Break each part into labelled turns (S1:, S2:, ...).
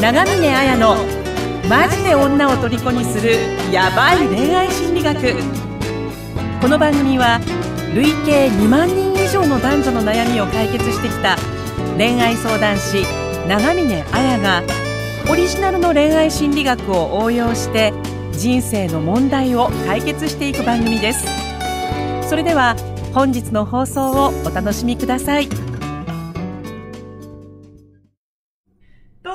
S1: 長峰綾のマジで女を虜にするヤバい恋愛心理学この番組は累計2万人以上の男女の悩みを解決してきた恋愛相談師長峰綾がオリジナルの恋愛心理学を応用して人生の問題を解決していく番組ですそれでは本日の放送をお楽しみくださいど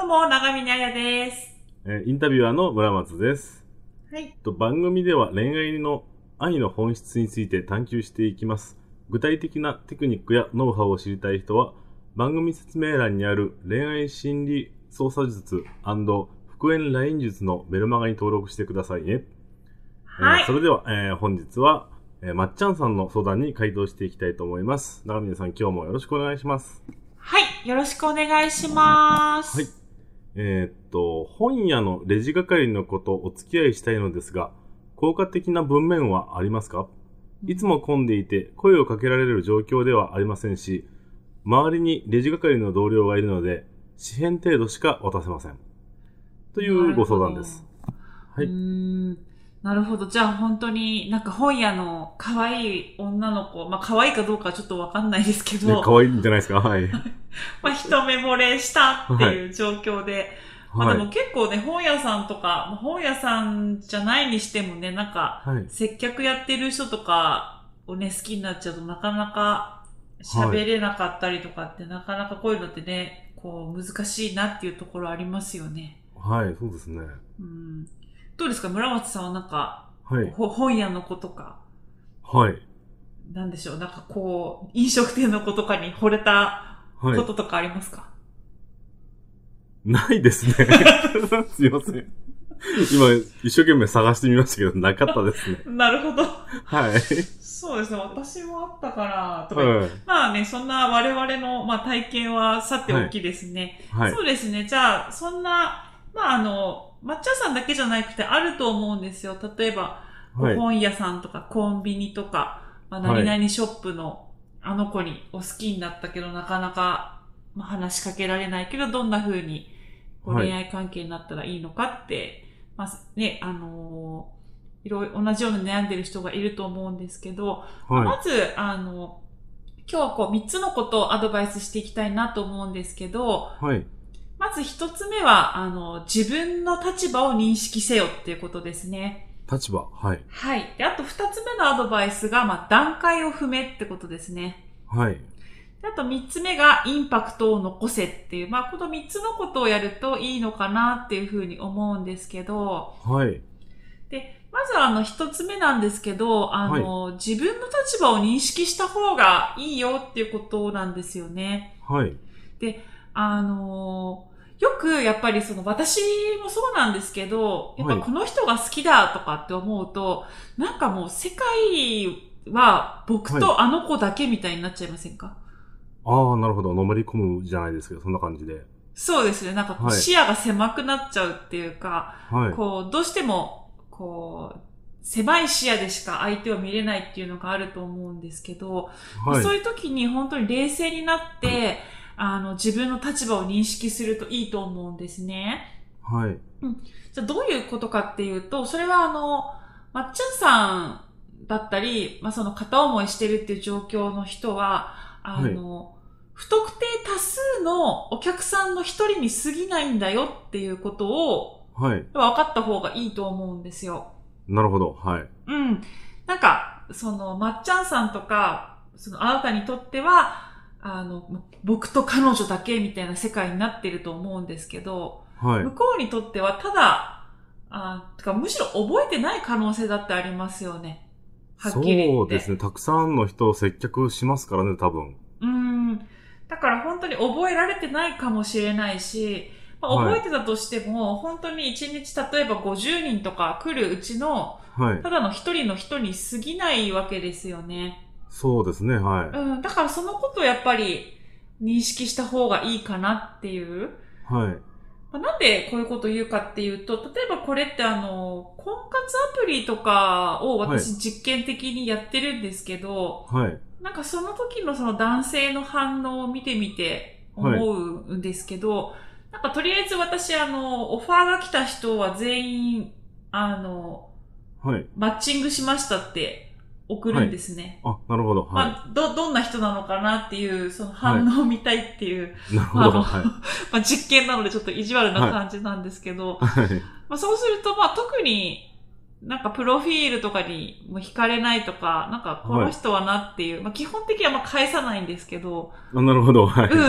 S1: うも長峰綾です
S2: えーインタビュアーの村松です。
S1: はい。
S2: と番組では恋愛の愛の本質について探求していきます。具体的なテクニックやノウハウを知りたい人は、番組説明欄にある恋愛心理操作術復縁ライン術のメルマガに登録してくださいね。
S1: はい
S2: えーそれでは、えー本日は、えーまっちゃんさんの相談に回答していきたいと思います。長峰さん、今日もよろしくお願いします。
S3: はい、よろしくお願いします。
S2: はいえーっと、本屋のレジ係の子とお付き合いしたいのですが、効果的な文面はありますかいつも混んでいて声をかけられる状況ではありませんし、周りにレジ係の同僚がいるので、紙片程度しか渡せません。というご相談です。は
S3: はいい。うーんなるほど。じゃあ本当になんか本屋の可愛い女の子、まあ可愛いかどうかはちょっとわかんないですけど、
S2: ね、かわいいんじゃないですか はい。
S3: まあ一目惚れしたっていう状況で、まあでも
S2: は
S3: 結構ね、本屋さんとか、まあ本屋さんじゃないにしてもね、なんか
S2: い。はい。
S3: 接客やってる人とかをね、好きになっちゃうとなかなか喋れなかったりとかって、なかなかこういうのってね、こう難しいなっていうところありますよね。
S2: はい、そうですね。
S3: うん。どうですか村松さんはなんか、
S2: はい。
S3: ほ本屋の子とか、
S2: はい。
S3: なんでしょう、なんかこう、飲食店の子とかに惚れた
S2: は
S3: こ
S2: い。
S3: ととかありますか、
S2: ないですね。 すいません。今、一生懸命探してみましたけど、なかったですね。
S3: なるほど。
S2: はい。
S3: そうですね、私もあったから、とか、
S2: はい。
S3: まあね、そんな我々の、まあ、体験はさておきですね。
S2: はい。
S3: そうですね。じゃあ、そんな、まあ、あの、抹茶さんだけじゃなくてあると思うんですよ。例えば、
S2: はい。
S3: 本屋さんとかコンビニとか、まあ、
S2: はい
S3: 何々ショップのあの子にお好きになったけど、なかなか、まあ、話しかけられないけど、どんな風にこう
S2: はい
S3: 恋愛関係になったらいいのかって、まあ、ね、あのーいろいろ同じように悩んでる人がいると思うんですけど、
S2: はい。
S3: まず、あの、今日はこう3つのことをアドバイスしていきたいなと思うんですけど、
S2: はい。
S3: まず一つ目は、あの、自分の立場を認識せよっていうことですね。
S2: 立場。はい。
S3: はい。で、あと二つ目のアドバイスが、まあ、段階を踏めってことですね。
S2: はい。
S3: であと三つ目が、インパクトを残せっていう、まあ、この三つのことをやるといいのかなっていうふうに思うんですけど、
S2: はい。
S3: まずはあの、一つ目なんですけど、あの、自分の立場を認識した方がいいよっていうことなんですよね。
S2: はい。
S3: あのーよくやっぱりその私もそうなんですけど、やっぱ
S2: はい
S3: この人が好きだとかって思うと、なんかもう世界は僕
S2: は
S3: とあの子だけみたいになっちゃいませんか、
S2: ああ、なるほど。のめり込むじゃないですけど、そんな感じで。
S3: そうですね。なんかこう
S2: はい
S3: 視野が狭くなっちゃうっていうか、
S2: はい。
S3: こう、どうしても、こう、狭い視野でしか相手を見れないっていうのがあると思うんですけど、
S2: はい。
S3: そういう時に本当に冷静になって、あの、自分の立場を認識するといいと思うんですね。
S2: はい。
S3: じゃあどういうことかっていうと、それはあの、まっちゃんさんだったり、まあ、その片思いしてるっていう状況の人は、あの、不特定多数のお客さんの一人に過ぎないんだよっていうことを、
S2: はい。
S3: 分かった方がいいと思うんですよ。
S2: なるほど。はい。
S3: うん。なんか、その、まっちゃんさんとか、その、あなたにとっては、あの、僕と彼女だけみたいな世界になってると思うんですけど、
S2: はい
S3: 向。こうにとってはただ、あてかむしろ覚えてない可能性だってありますよね。はっきり言って。
S2: そうですね。たくさんの人を接客しますからね、多分。
S3: うん。だから本当に覚えられてないかもしれないし、まあ、
S2: はい
S3: 覚えてたとしても、本当に1日例えば50人とか来るうちの、
S2: はい
S3: た。だの1人の人に過ぎないわけですよね。
S2: そうですね。は
S3: うん、だからそのことをやっぱり認識した方がいいかなっていう。
S2: い。はい。
S3: まあなんでこういうことを言うかっていうと、例えばこれってあの、婚活アプリとかを私実験的にやってるんですけど、
S2: はい。
S3: なんかその時のその男性の反応を見てみて思うんですけど、なんかとりあえず私、あの、オファーが来た人は全員、あの、
S2: はい。
S3: マッチングしましたって送るんですね。
S2: あ、なるほど。は
S3: まあ、ど、どんな人なのかなっていう、その反応を見たいっていう、
S2: い。なるほど。
S3: まあ
S2: はい。
S3: まあ実験なのでちょっと意地悪な感じなんですけど、
S2: はい。
S3: まあそうすると、まあ特になんかプロフィールとかにも惹かれないとか、なんかこの人はなっていう、まあ基本的にはまあ返さないんですけど、
S2: あなるほど。はい。
S3: うん。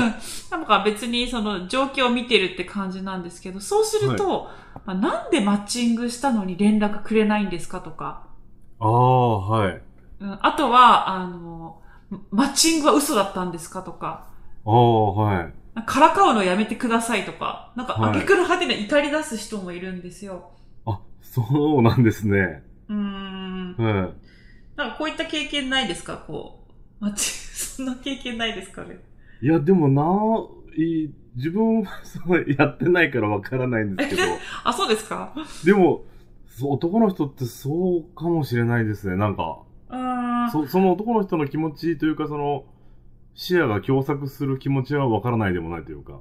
S3: なんか別にその状況を見てるって感じなんですけど、そうすると、まあ、なんでマッチングしたのに連絡くれないんですかとか、
S2: ああ、はい。
S3: うん、あとは、あの、マッチングは嘘だったんですかとか、
S2: ああ、はい。
S3: からかうのやめてくださいとか、なんか、
S2: はい
S3: 挙句の果てに怒り出す人もいるんですよ。
S2: あ、そうなんですね。
S3: うーん。
S2: うん。
S3: なんかこういった経験ないですかこう。マッチ、 そんな経験ないですかね
S2: いや、でもな、い自分は そのやってないからわからないんです けど、
S3: あ、そうですかう
S2: でも、そう男の人ってそうかもしれないですね。なんか、
S3: ーん。
S2: そその男の人の気持ちというか、その、視野が狭窄する気持ちはわからないでもないというか。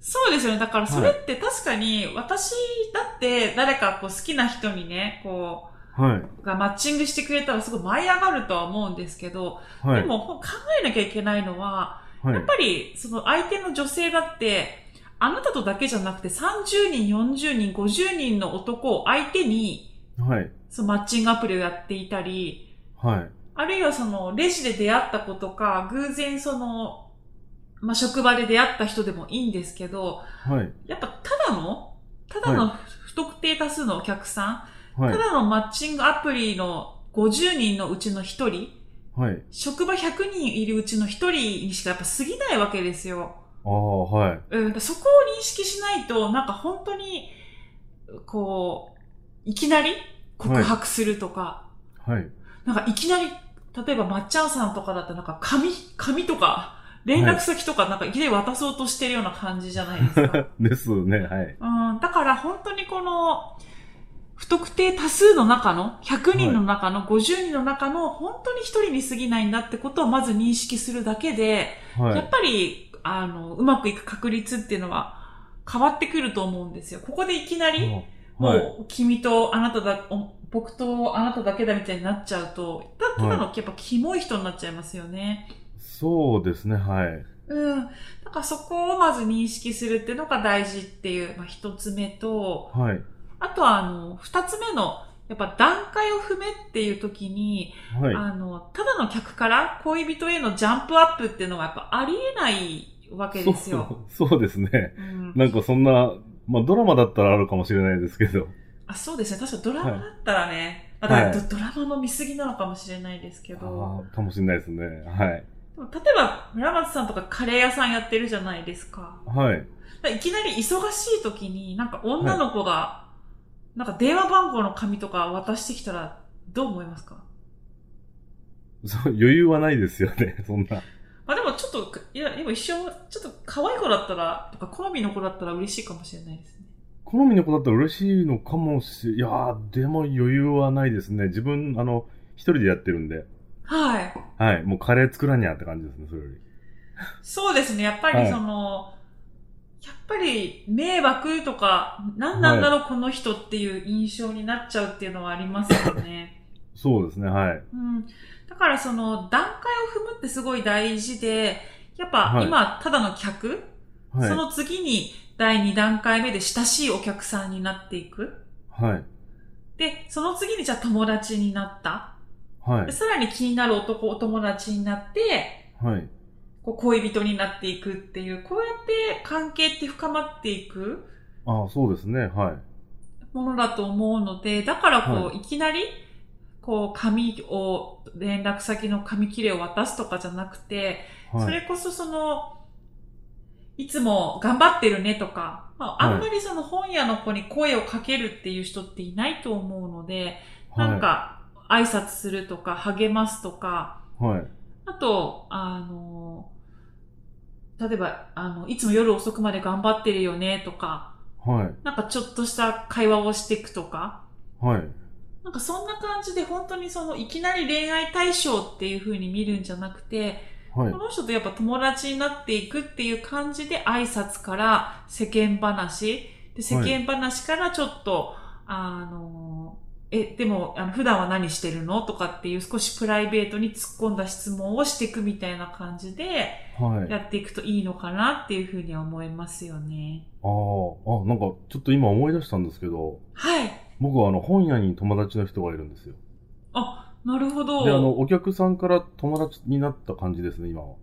S3: そうですよね。だからそれって確かに、私だって誰かこう好きな人にね、こ
S2: は
S3: う、がマッチングしてくれたらすごい舞い上がるとは思うんですけど、
S2: い。は
S3: で
S2: い。
S3: も考えなきゃいけないのは、
S2: は
S3: やっ
S2: い。
S3: ぱりその相手の女性だって、あなたとだけじゃなくて30人、40人、50人の男を相手に、
S2: はい。
S3: そのマッチングアプリをやっていたり、
S2: はい。
S3: あるいはその、レジで出会った子とか、偶然その、まあ、職場で出会った人でもいいんですけど、
S2: はい。
S3: やっぱただの、ただの不特定多数のお客さん、
S2: はい
S3: た。だのマッチングアプリの50人のうちの1人、
S2: はい。
S3: 職場100人いるうちの1人にしかやっぱ過ぎないわけですよ。
S2: ああ、はい。
S3: うん、そこを認識しないと、なんか本当に、こう、いきなり告白するとか、
S2: はい。
S3: なんかいきなり、例えばまっちゃんさんとかだったらなんか紙、紙とか、連絡先とかなんかいきなり渡そうとしてるような感じじゃないです か。
S2: ですね。はい。
S3: うん、だから本当にこの、不特定多数の中の、100人の中の、50人の中の、本当に一人に過ぎないんだってことをまず認識するだけで、
S2: は
S3: やっ
S2: い。
S3: ぱり、あの、うまくいく確率っていうのは変わってくると思うんですよ。ここでいきなり、も
S2: はい。
S3: う、君とあなただ、お僕とあなただけだみたいになっちゃうと、たただの、やっぱ、キモい人になっちゃいますよね。
S2: そうですね。はい。
S3: うん。だからそこをまず認識するっていうのが大事っていう、まあ、一つ目と、
S2: はい。
S3: あとは、あの、二つ目の、やっぱ段階を踏めっていう時に、
S2: はい。
S3: あの、ただの客から恋人へのジャンプアップっていうのはやっぱありえないわけですよ。
S2: そうそうですね。
S3: うん、
S2: なんかそんな、まあドラマだったらあるかもしれないですけど。
S3: あそうですね。確かドラマだったらね、あ
S2: はい
S3: だからドドラマの見過ぎなのかもしれないですけど。
S2: ああ、かもしれないですね。はい。
S3: でも例えば、村松さんとかカレー屋さんやってるじゃないですか。
S2: はい。
S3: いきなり忙しい時に、なんか女の子が、なんか電話番号の紙とか渡してきたら、どう思いますか
S2: そう、余裕はないですよね。 そんな。
S3: まあでもちょっと、いや、でも一生、ちょっと可愛い子だったら、とか好みの子だったら嬉しいかもしれないですね。
S2: 好みの子だったら嬉しいのかもし、いやー、でも余裕はないですね。自分、あの、一人でやってるんで。
S3: はい。
S2: はい。もうカレー作らにゃって感じですね、それより。
S3: そうですね。やっぱ
S2: は
S3: り
S2: い
S3: その、やっぱり迷惑とか、何なんだろう、この人っていう印象になっちゃうっていうのはありますよね。
S2: そうですね、はい。
S3: うん、だからその段階を踏むってすごい大事で、やっぱ
S2: はい
S3: 今ただの客、そ
S2: はい。
S3: の次に第2段階目で親しいお客さんになっていく。
S2: はい。
S3: で、その次にじゃあ友達になった。
S2: は
S3: で
S2: い。
S3: さらに気になる男、お友達になって、
S2: はい。
S3: こう恋人になっていくっていう、こうやって関係って深まっていく
S2: ああ、そうですね、はい。
S3: ものだと思うので、だからこう、、
S2: はい
S3: きなり、こう紙を、連絡先の紙切れを渡すとかじゃなくて、そ
S2: はい。
S3: れこそその、いつも頑張ってるねとか、まあ、
S2: はい
S3: あんまりその本屋の子に声をかけるっていう人っていないと思うので、なん
S2: は
S3: か挨拶するとか励ますとか、
S2: い。はい。
S3: あと、あの、例えば、あの、いつも夜遅くまで頑張ってるよねとか、
S2: はい。
S3: なんかちょっとした会話をしていくとか、
S2: はい。
S3: なんかそんな感じで本当にそのいきなり恋愛対象っていう風に見るんじゃなくて、
S2: はい
S3: こ。の人とやっぱ友達になっていくっていう感じで挨拶から世間話、で世間話からちょっと、あの、え、でも、あの普段は何してるのとかっていう少しプライベートに突っ込んだ質問をしていくみたいな感じで
S2: はい。あ
S3: やっていくといいのかなっていうふうには思いますよね。
S2: あ、あ、なんかちょっと今思い出したんですけど、
S3: はい。
S2: 僕はあの本屋に友達の人がいるんですよ。
S3: なるほど。
S2: で、あの、お客さんから友達になった感じですね、今は。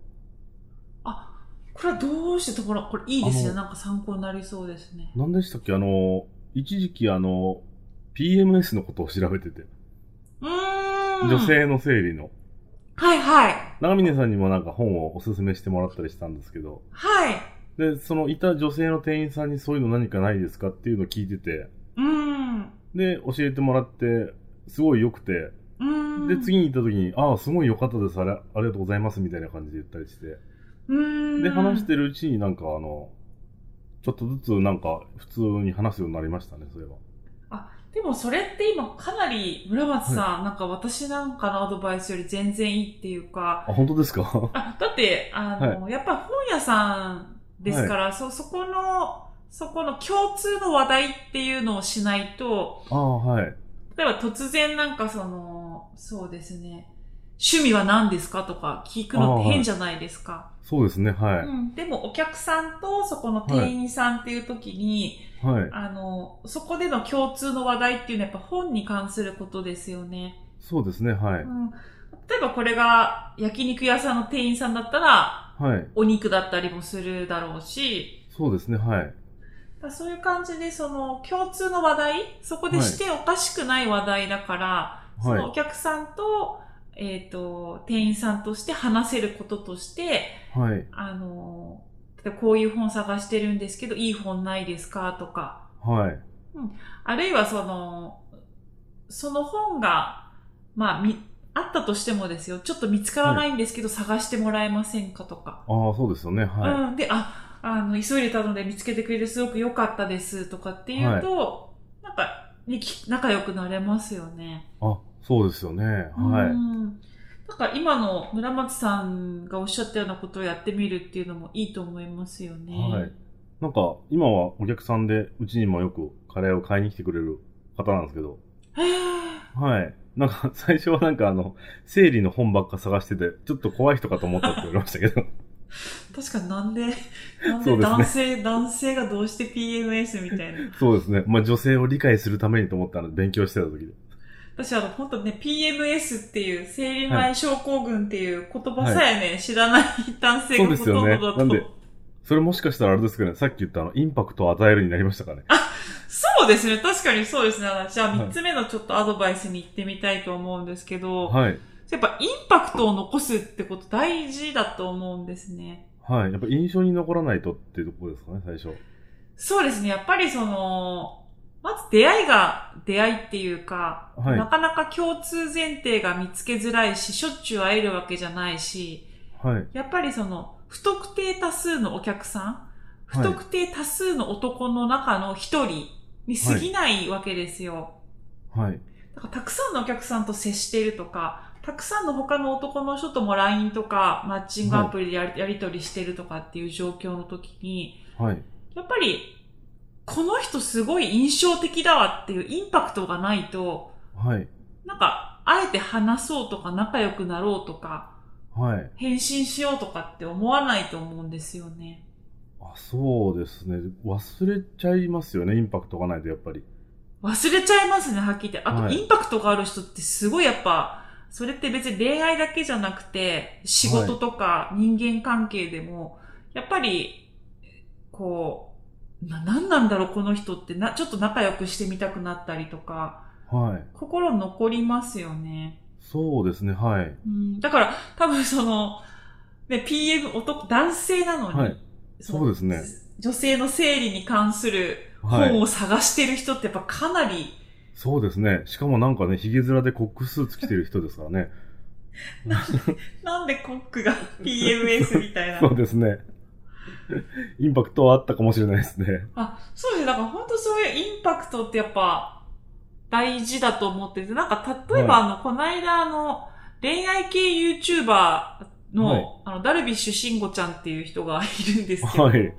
S3: あ、これはどうしてところ、これいいです
S2: あ
S3: ね。
S2: の
S3: なんか参考になりそうですね。
S2: 何でしたっけあの、一時期あの、PMS のことを調べてて、
S3: うーん。
S2: 女。性の生理の。
S3: はいはい。
S2: 長峰さんにもなんか本をおすすめしてもらったりしたんですけど、
S3: はい。
S2: で、そのいた女性の店員さんにそういうの何かないですかっていうのを聞いてて、
S3: うーん。う
S2: で、教えてもらって、すごい良くて、
S3: ーん。
S2: で、。次に行った時に、ああ、すごい良かったです、あれ、ありがとうございます、みたいな感じで言ったりして、
S3: うーん。
S2: で、話してるうちになんかあの、ちょっとずつなんか普通に話すようになりましたね、そういえば。
S3: でもそれって今かなり村松さん、なんか私なんかのアドバイスより全然いいっていうか、
S2: あ、本当ですか
S3: あ、だって、あの、やっぱり本屋さんですから、そ、そこの、そこの共通の話題っていうのをしないと、
S2: ああ、はい。
S3: 例えば突然なんかその、そうですね、趣味は何ですかとか聞くのって変じゃないですか。
S2: そうですね、は
S3: うん、でもお客さんとそこの店員さんっていう時に、
S2: い。はい。
S3: あの、そこでの共通の話題っていうのはやっぱ本に関することですよね。。
S2: そうですね、はいう
S3: ん、例えばこれが焼肉屋さんの店員さんだったら、
S2: はい。
S3: お肉だったりもするだろうし、
S2: そうですね、はい。
S3: だからそういう感じで、その共通の話題、そこでしておかしくない話題だから、そ
S2: はい
S3: のお客さんと、えっ、と、店員さんとして話せることとして、
S2: はい。
S3: あの、例えばこういう本探してるんですけど、いい本ないですかとか、
S2: はい。
S3: あるいはその、その本が、まあ、み、あったとしてもですよ、ちょっと見つからないんですけど、探してもらえませんかとか。
S2: ああ、そうですよね、は
S3: うん。で、あ、あの、急いでたので見つけてくれてすごく良かったですとかっていうと、なんか、にき仲良くなれますよね
S2: い。。あ、そうですよね、
S3: う
S2: は
S3: ん。だから今の村松さんがおっしゃったようなことをやってみるっていうのもいいと思いますよね。
S2: はいい。なんか、今はお客さんで、うちにもよくカレーを買いに来てくれる方なんですけど、
S3: へー
S2: はい。なんか、最初はなんかあの、生理の本ばっか探してて、ちょっと怖い人かと思ったって言われましたけど。
S3: 確かになんで、なん
S2: そうですね
S3: で男性、男性がどうして PMS みたいな。
S2: そうですね。まあ、女性を理解するためにと思ったので、勉強してた時で。
S3: 私あの、本当ね、PMS っていう、生理前症候群っていう言葉さえね、知らない男性がほとんどだ
S2: そうですよね
S3: と。
S2: なんでそれもしかしたらあれですけどね、さっき言ったあの、インパクトを与えるになりましたかね。
S3: そうですね、確かにそうですね。じゃあ、
S2: はい
S3: 三つ目のちょっとアドバイスに行ってみたいと思うんですけど、
S2: はい。
S3: やっぱインパクトを残すってこと大事だと思うんですね。
S2: はい。やっぱ印象に残らないとっていうところですかね、最初。
S3: そうですね、やっぱりその、まず出会いが出会いっていうか、
S2: はい
S3: なかなか共通前提が見つけづらいし、しょっちゅう会えるわけじゃないし、
S2: はい。
S3: やっぱりその、不特定多数のお客さん、不
S2: はい
S3: 特定多数の男の中の一人に過ぎないわけですよ。
S2: はい。
S3: だからたくさんのお客さんと接しているとか、たくさんの他の男の人とも LINE とか、マッチングアプリでやり,、やり取りしてるとかっていう状況の時に、
S2: はい。
S3: やっぱり、この人すごい印象的だわっていうインパクトがないと、
S2: はい。
S3: なんか、あえて話そうとか仲良くなろうとか、
S2: はい。
S3: 返信しようとかって思わないと思うんですよね。
S2: あ、そうですね。忘れちゃいますよね、インパクトがないと、やっぱり。
S3: 忘れちゃいますね、はっきり言って。あと、
S2: はい
S3: インパクトがある人ってすごいやっぱ、それって別に恋愛だけじゃなくて、仕事とか人間関係でも、やっぱり、こう、な、なんなんだろう、この人って、な、ちょっと仲良くしてみたくなったりとか、
S2: はい。
S3: 心残りますよね。
S2: そうですね、はい。
S3: うん。だから、多分その、ね、PM、男、男性なのに、
S2: はい。
S3: の
S2: そうですね。
S3: 女性の生理に関する
S2: は
S3: 本
S2: い。
S3: を探してる人ってやっぱかなり、
S2: そうですね。しかもなんかね、ヒゲ面でコックスーツ着てる人ですからね。
S3: なんでコックが PMS みたいな
S2: そ。うですね。 インパクトはあったかもしれないですね。
S3: あ、そうですね。だから本当そういうインパクトってやっぱ大事だと思ってて、なんか例えばあの、この間あの、恋愛系 YouTuber の、
S2: はい
S3: あの、ダルビッシュ慎吾ちゃんっていう人がいるんですけど、
S2: はい。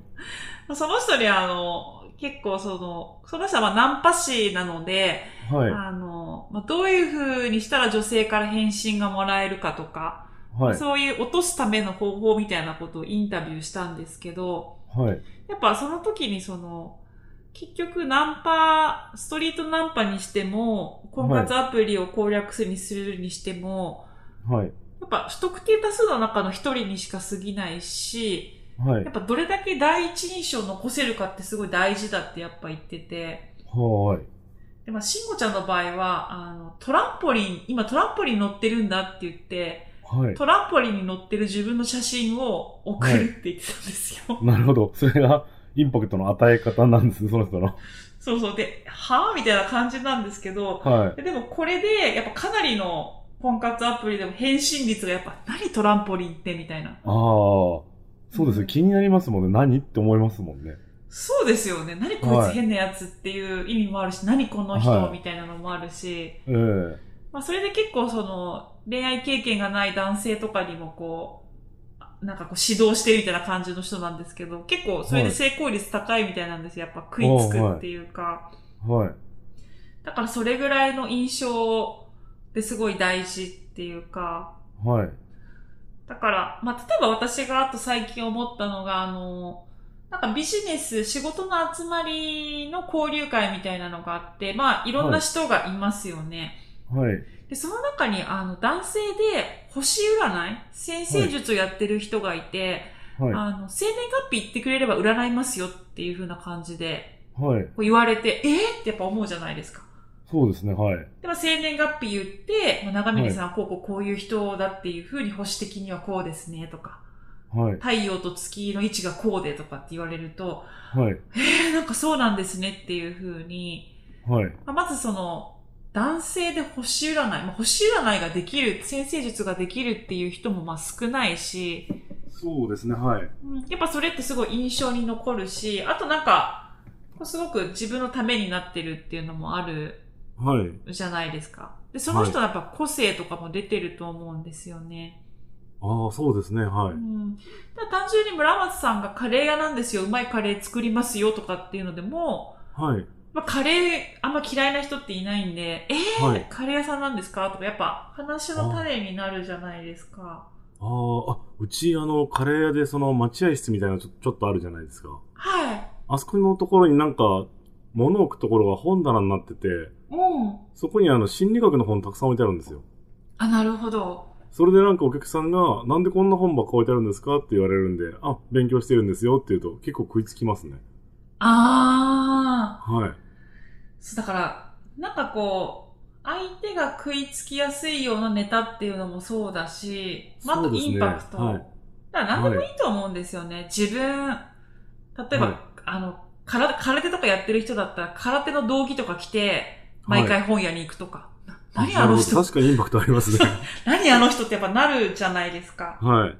S3: その人にあの、結構その、その人はまあナンパ師なので、
S2: はい。
S3: あの、まあ、どういう風にしたら女性から返信がもらえるかとか、
S2: はい。
S3: そういう落とすための方法みたいなことをインタビューしたんですけど、
S2: はい。
S3: やっぱその時にその、結局ナンパ、ストリートナンパにしても、婚活アプリを攻略するにするにしても、
S2: はい。
S3: やっぱ不特定多数の中の一人にしか過ぎないし、
S2: はい
S3: や。っぱどれだけ第一印象を残せるかってすごい大事だってやっぱ言ってて。
S2: はい。
S3: で、まあ、慎吾ちゃんの場合は、あの、トランポリン、今トランポリン乗ってるんだって言って、
S2: はい。
S3: トランポリンに乗ってる自分の写真を送るって言ってたんですよ。
S2: なるほど。それが、インパクトの与え方なんですね、その人の。
S3: そうそう。で、はぁみたいな感じなんですけど、
S2: はい。
S3: ででもこれで、やっぱかなりの婚活アプリでも返信率がやっぱ、何トランポリンってみたいな。
S2: ああ、そうですよ。気になりますもんね。何って思いますもんね。
S3: そうですよね。何こい
S2: は
S3: つ
S2: い
S3: 変なやつっていう意味もあるし、何この人、
S2: はい
S3: みたいなのもあるし、
S2: ええ
S3: まあ、それで結構その、恋愛経験がない男性とかにもこう、なんかこう指導してるみたいな感じの人なんですけど、結構それで成功率高いみたいなんですよ。やっぱ食いつくっていうか。
S2: はい。
S3: だからそれぐらいの印象ですごい大事っていうか。
S2: はい。
S3: だから、まあ、例えば私があと最近思ったのが、あの、なんかビジネス、仕事の集まりの交流会みたいなのがあって、まあ、いろんな人がいますよね。
S2: はい。
S3: で、その中に、あの、男性で星占い先生術をやってる人がいて、
S2: は
S3: あの、生年月日言ってくれれば占いますよっていう風な感じで、
S2: い。はい。
S3: こう言われて、えー、ってやっぱ思うじゃないですか。
S2: そうですね、はい。
S3: で、まあ、生年月日言って、まあ長峰さんはこうこうこういう人だっていう風に保守的にはこうですねとか、
S2: はい。
S3: 太陽と月の位置がこうでとかって言われると、
S2: はい。
S3: えー、なんかそうなんですねっていう風に、
S2: はい。
S3: まあまずその、男性で星占い、まあ、星占いができる、先生術ができるっていう人もまあ少ないし、
S2: そうですね、はい。
S3: うんやっぱそれってすごい印象に残るし、あとなんか、こうすごく自分のためになってるっていうのもある
S2: はい。
S3: じゃないですか。で、その人のやっぱ個性とかも出てると思うんですよね。
S2: ああ、そうですね、は
S3: う
S2: い。
S3: ん。ただ単純に村松さんがカレー屋なんですよ、うまいカレー作りますよとかっていうのでも、
S2: はい。
S3: まあ、カレーあんま嫌いな人っていないんで、えー
S2: はい。
S3: カレー屋さんなんですかとか、やっぱ話の種になるじゃないですか。
S2: ああ、あ、うち、あの、カレー屋で、その、待合室みたいなのちょちょっとあるじゃないですか。
S3: はい。
S2: あそこのところになんか、物置くところが本棚になってて、
S3: うん。
S2: そこにあの、心理学の本たくさん置いてあるんですよ。
S3: あ、なるほど。
S2: それでなんかお客さんが、なんでこんな本ばっか置いてあるんですかって言われるんで、あ、勉強してるんですよって言うと、結構食いつきますね。
S3: あ
S2: はい。
S3: ー。そうだから、なんかこう、相手が食いつきやすいようなネタっていうのもそうだし、まあ、あ
S2: そう
S3: と
S2: です
S3: イ
S2: ね
S3: ンパクト。
S2: はい
S3: だから何でもいいと思うんですよね。自分、例えば、
S2: はい
S3: あの、空空手とかやってる人だったら、空手の道着とか着て、毎
S2: はい
S3: 回本屋に行くとか。
S2: あ
S3: 何あの
S2: なるほど
S3: 人、
S2: 確かにインパクトあり ますね。
S3: 何あの人ってやっぱなるじゃないですか。
S2: はい。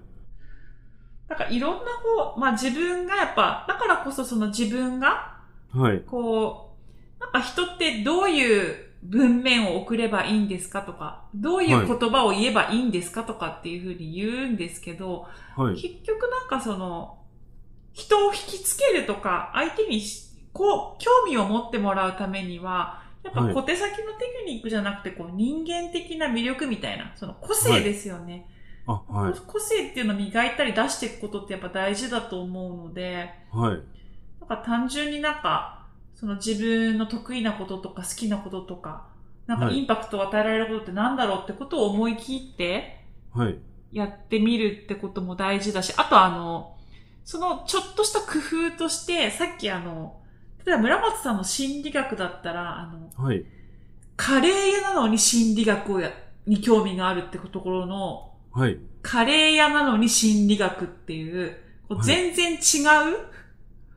S3: なんかいろんな方、まあ自分がやっぱ、だからこそその自分が、
S2: はい。
S3: こう、なんか人ってどういう文面を送ればいいんですかとか、どういう言葉を言えばいいんですかとかっていうふうに言うんですけど、
S2: はい。
S3: 結局なんかその、人を引きつけるとか、相手にしこう、興味を持ってもらうためには、やっぱ
S2: はい
S3: 小手先のテクニックじゃなくて、こう人間的な魅力みたいな、その個性ですよね。
S2: あ、はい。
S3: 個性っていうのを磨いたり出していくことってやっぱ大事だと思うので、
S2: はい。
S3: なんか単純になんか、その自分の得意なこととか好きなこととか、なんか
S2: はい
S3: インパクトを与えられることってなんだろうってことを思い切って
S2: はい。
S3: やってみるってことも大事だし、あとあの、そのちょっとした工夫として、さっきあの、例えば村松さんの心理学だったら、あの、
S2: はい。
S3: カレー屋なのに心理学をや、に興味があるってところの、
S2: はい。
S3: カレー屋なのに心理学っていう、こう
S2: はい
S3: 全然違う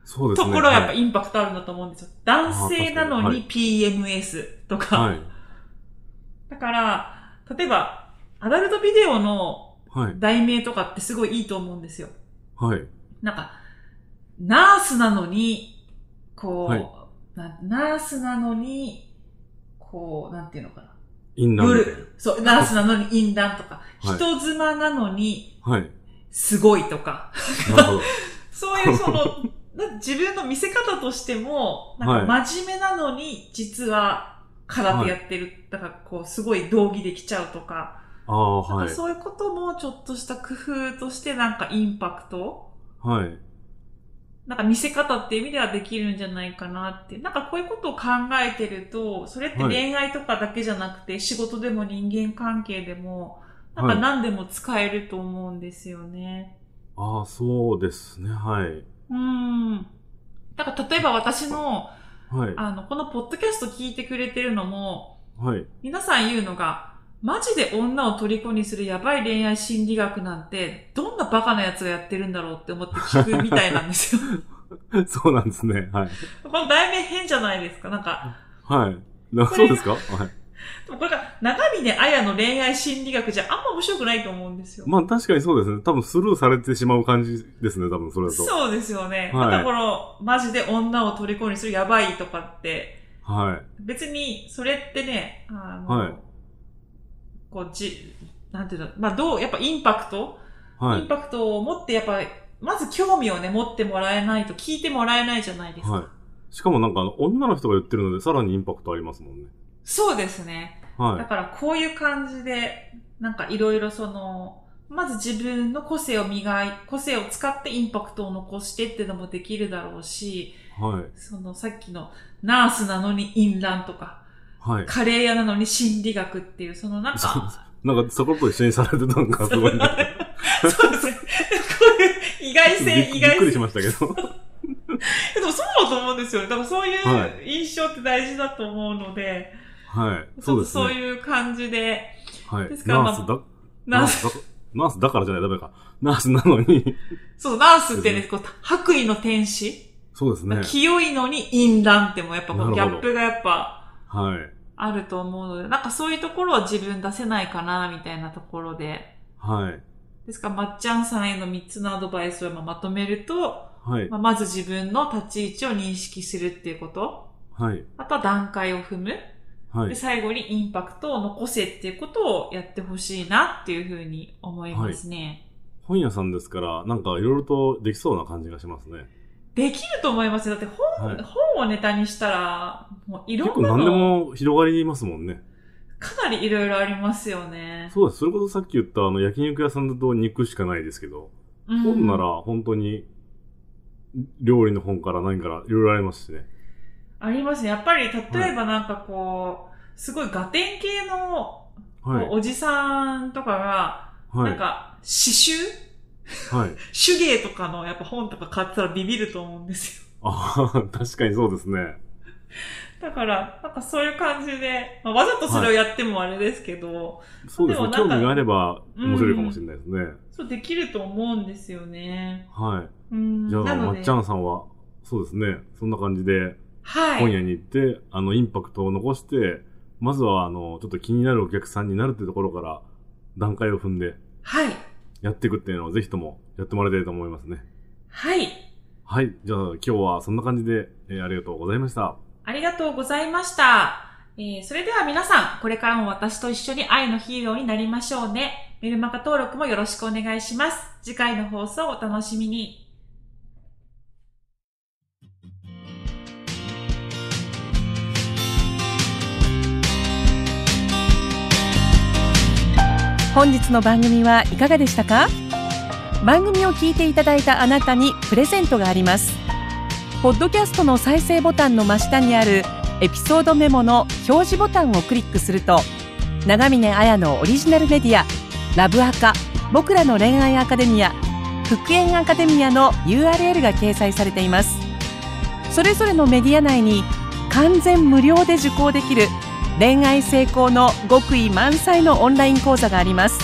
S2: そうです
S3: と
S2: ね。
S3: ころがやっぱ
S2: はい
S3: インパクトあるんだと思うんですよ。男性なのに PMS とか。
S2: はい。
S3: だから、例えば、アダルトビデオの
S2: はい。
S3: 題名とかってすごいいいと思うんですよ。
S2: はい。
S3: なんか、ナースなのに、こう、
S2: はい
S3: なナースなのに、こう、なんていうのかな。
S2: 淫乱
S3: ブ
S2: み
S3: ル
S2: たいな。
S3: そう、ナースなのに淫乱とか、
S2: はい
S3: 人妻なのに
S2: はい。
S3: すごいとか、
S2: なるほど。
S3: そういうそ の、な自分の見せ方としても、なんか真面目なのに、実は空手やってる、だからこう、すごい道義できちゃうとか、
S2: ああ、
S3: なん
S2: はい
S3: か。そういうこともちょっとした工夫としてなんかインパクト
S2: はい。
S3: なんか見せ方っていう意味ではできるんじゃないかなって。なんかこういうことを考えてると、それって
S2: はい
S3: 恋愛とかだけじゃなくて、仕事でも人間関係でも、なん
S2: は
S3: か
S2: い
S3: 何でも使えると思うんですよね。
S2: ああ、そうですね。はい。
S3: うん。なんか例えば私の、
S2: はい。
S3: あの、このポッドキャスト聞いてくれてるのも、
S2: はい。
S3: 皆さん言うのが、マジで女を虜にするやばい恋愛心理学なんて、どんなバカなやつがやってるんだろうって思って聞くみたいなんです よ。
S2: そうなんですね。はい。
S3: この題名変じゃないですか。なんか、
S2: はい。な
S3: これ
S2: そうですかはい。
S3: でもこれが長峰綾の恋愛心理学じゃあんま面白くないと思うんですよ。
S2: まあ確かにそうですね。多分スルーされてしまう感じですね。多分それだと。
S3: そうですよね。
S2: はい
S3: またこの、マジで女を虜にするやばいとかって、
S2: はい。
S3: 別に、それってね、あの、
S2: はい
S3: こう、じ、なんていうの、まあどう、やっぱインパクト、
S2: は
S3: イン
S2: い。
S3: パクトを持って、やっぱ、まず興味をね、持ってもらえないと聞いてもらえないじゃないですか。
S2: はい。しかもなんかあの、女の人が言ってるので、さらにインパクトありますもんね。
S3: そうですね。だ
S2: は
S3: からこういう感じで、なんかいろいろその、まず自分の個性を磨い、個性を使ってインパクトを残してっていうのもできるだろうし、
S2: い。はい。
S3: そのさっきのナースなのに淫乱とか、
S2: はい。
S3: カレー屋なのに心理学っていう、そのなん
S2: そう
S3: か、
S2: なんか、そこと一緒にされてたのがすごいな。
S3: そうですね。こういう意外性、
S2: び
S3: 意
S2: っびっ
S3: 外
S2: くり
S3: 性。
S2: しましたけ ど。
S3: でもそうだと思うんですよね。だからそうい
S2: は
S3: う印象って大事だと思うので、
S2: はい。
S3: ちょ
S2: そ
S3: っ
S2: う
S3: と
S2: です
S3: そう
S2: ね。
S3: いう感じで、
S2: はい
S3: です。からま
S2: ナ
S3: あ
S2: ースだ、ナ
S3: ナー
S2: ース
S3: ス、
S2: だ、ナースだからじゃない、ダメか。ナースなのに、
S3: そう、ナースってね、こう白衣の天使
S2: そうですね。
S3: 清いのに淫乱ってもやっぱこのギ
S2: な
S3: ャ
S2: るほど
S3: ップがやっぱ
S2: はい。
S3: あると思うので、なんかそういうところは自分出せないかな、みたいなところで。
S2: はい。
S3: ですから、まっちゃんさんへの3つのアドバイスをまあまとめると、
S2: はい。
S3: まあまず自分の立ち位置を認識するっていうこと。
S2: はい。
S3: あとは段階を踏む。
S2: は
S3: で、
S2: い。
S3: 最後にインパクトを残せっていうことをやってほしいなっていうふうに思いますね。
S2: 本屋さんですから、なんかいろいろとできそうな感じがしますね。
S3: できると思いますよ。だって本、
S2: はい
S3: 本をネタにしたら、もうい
S2: 結
S3: ろ
S2: 構
S3: んな
S2: 何で
S3: の、
S2: も広がりますもんね。
S3: かなりいろいろありますよね。
S2: そうです。それこそさっき言ったあの焼肉屋さんだと肉しかないですけど、
S3: うん
S2: 本なら本当に料理の本から何からいろいろありますしね。
S3: ありますね。やっぱり、例えばなんかこう、すごいガテン系の
S2: はい。
S3: おじさんとかが、
S2: は
S3: なん
S2: い。
S3: か、刺繍
S2: はい。
S3: 手芸とかのやっぱ本とか買ってたらビビると思うんですよ。
S2: ああ、 確かにそうですね。
S3: だから、なんかそういう感じで、まあ、わざとそれをやってもあれですけど、
S2: そうですね。
S3: でもなん
S2: 興
S3: か
S2: 味があれば面白いかもしれないですね。
S3: そうできると思うんですよね。
S2: は
S3: う
S2: い。
S3: ん。
S2: じゃあ、
S3: なの
S2: ま
S3: で
S2: っちゃんさんは、そうですね。そんな感じで、
S3: は
S2: 本
S3: い。
S2: 屋に行って、あの、インパクトを残して、まずは、あの、ちょっと気になるお客さんになるっていうところから、段階を踏んで、
S3: はい。
S2: やっていくっていうのをぜひともやってもらいたいと思いますね。
S3: はい。
S2: はい。じゃあ、今日はそんな感じで、えーありがとうございました。
S3: ありがとうございました。えーそれでは皆さん、これからも私と一緒に愛のヒーローになりましょうね。メルマガ登録もよろしくお願いします。次回の放送をお楽しみに。
S1: 本日の番組はいかがでしたか番組を聞いていただいたあなたにプレゼントがありますポッドキャストの再生ボタンの真下にあるエピソードメモの表示ボタンをクリックすると長峰綾のオリジナルメディアラブアカ僕らの恋愛アカデミア復縁アカデミアの URL が掲載されていますそれぞれのメディア内に完全無料で受講できる恋愛成功の極意満載のオンライン講座があります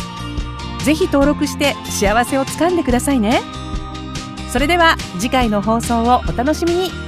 S1: ぜひ登録して幸せをつかんでくださいねそれでは次回の放送をお楽しみに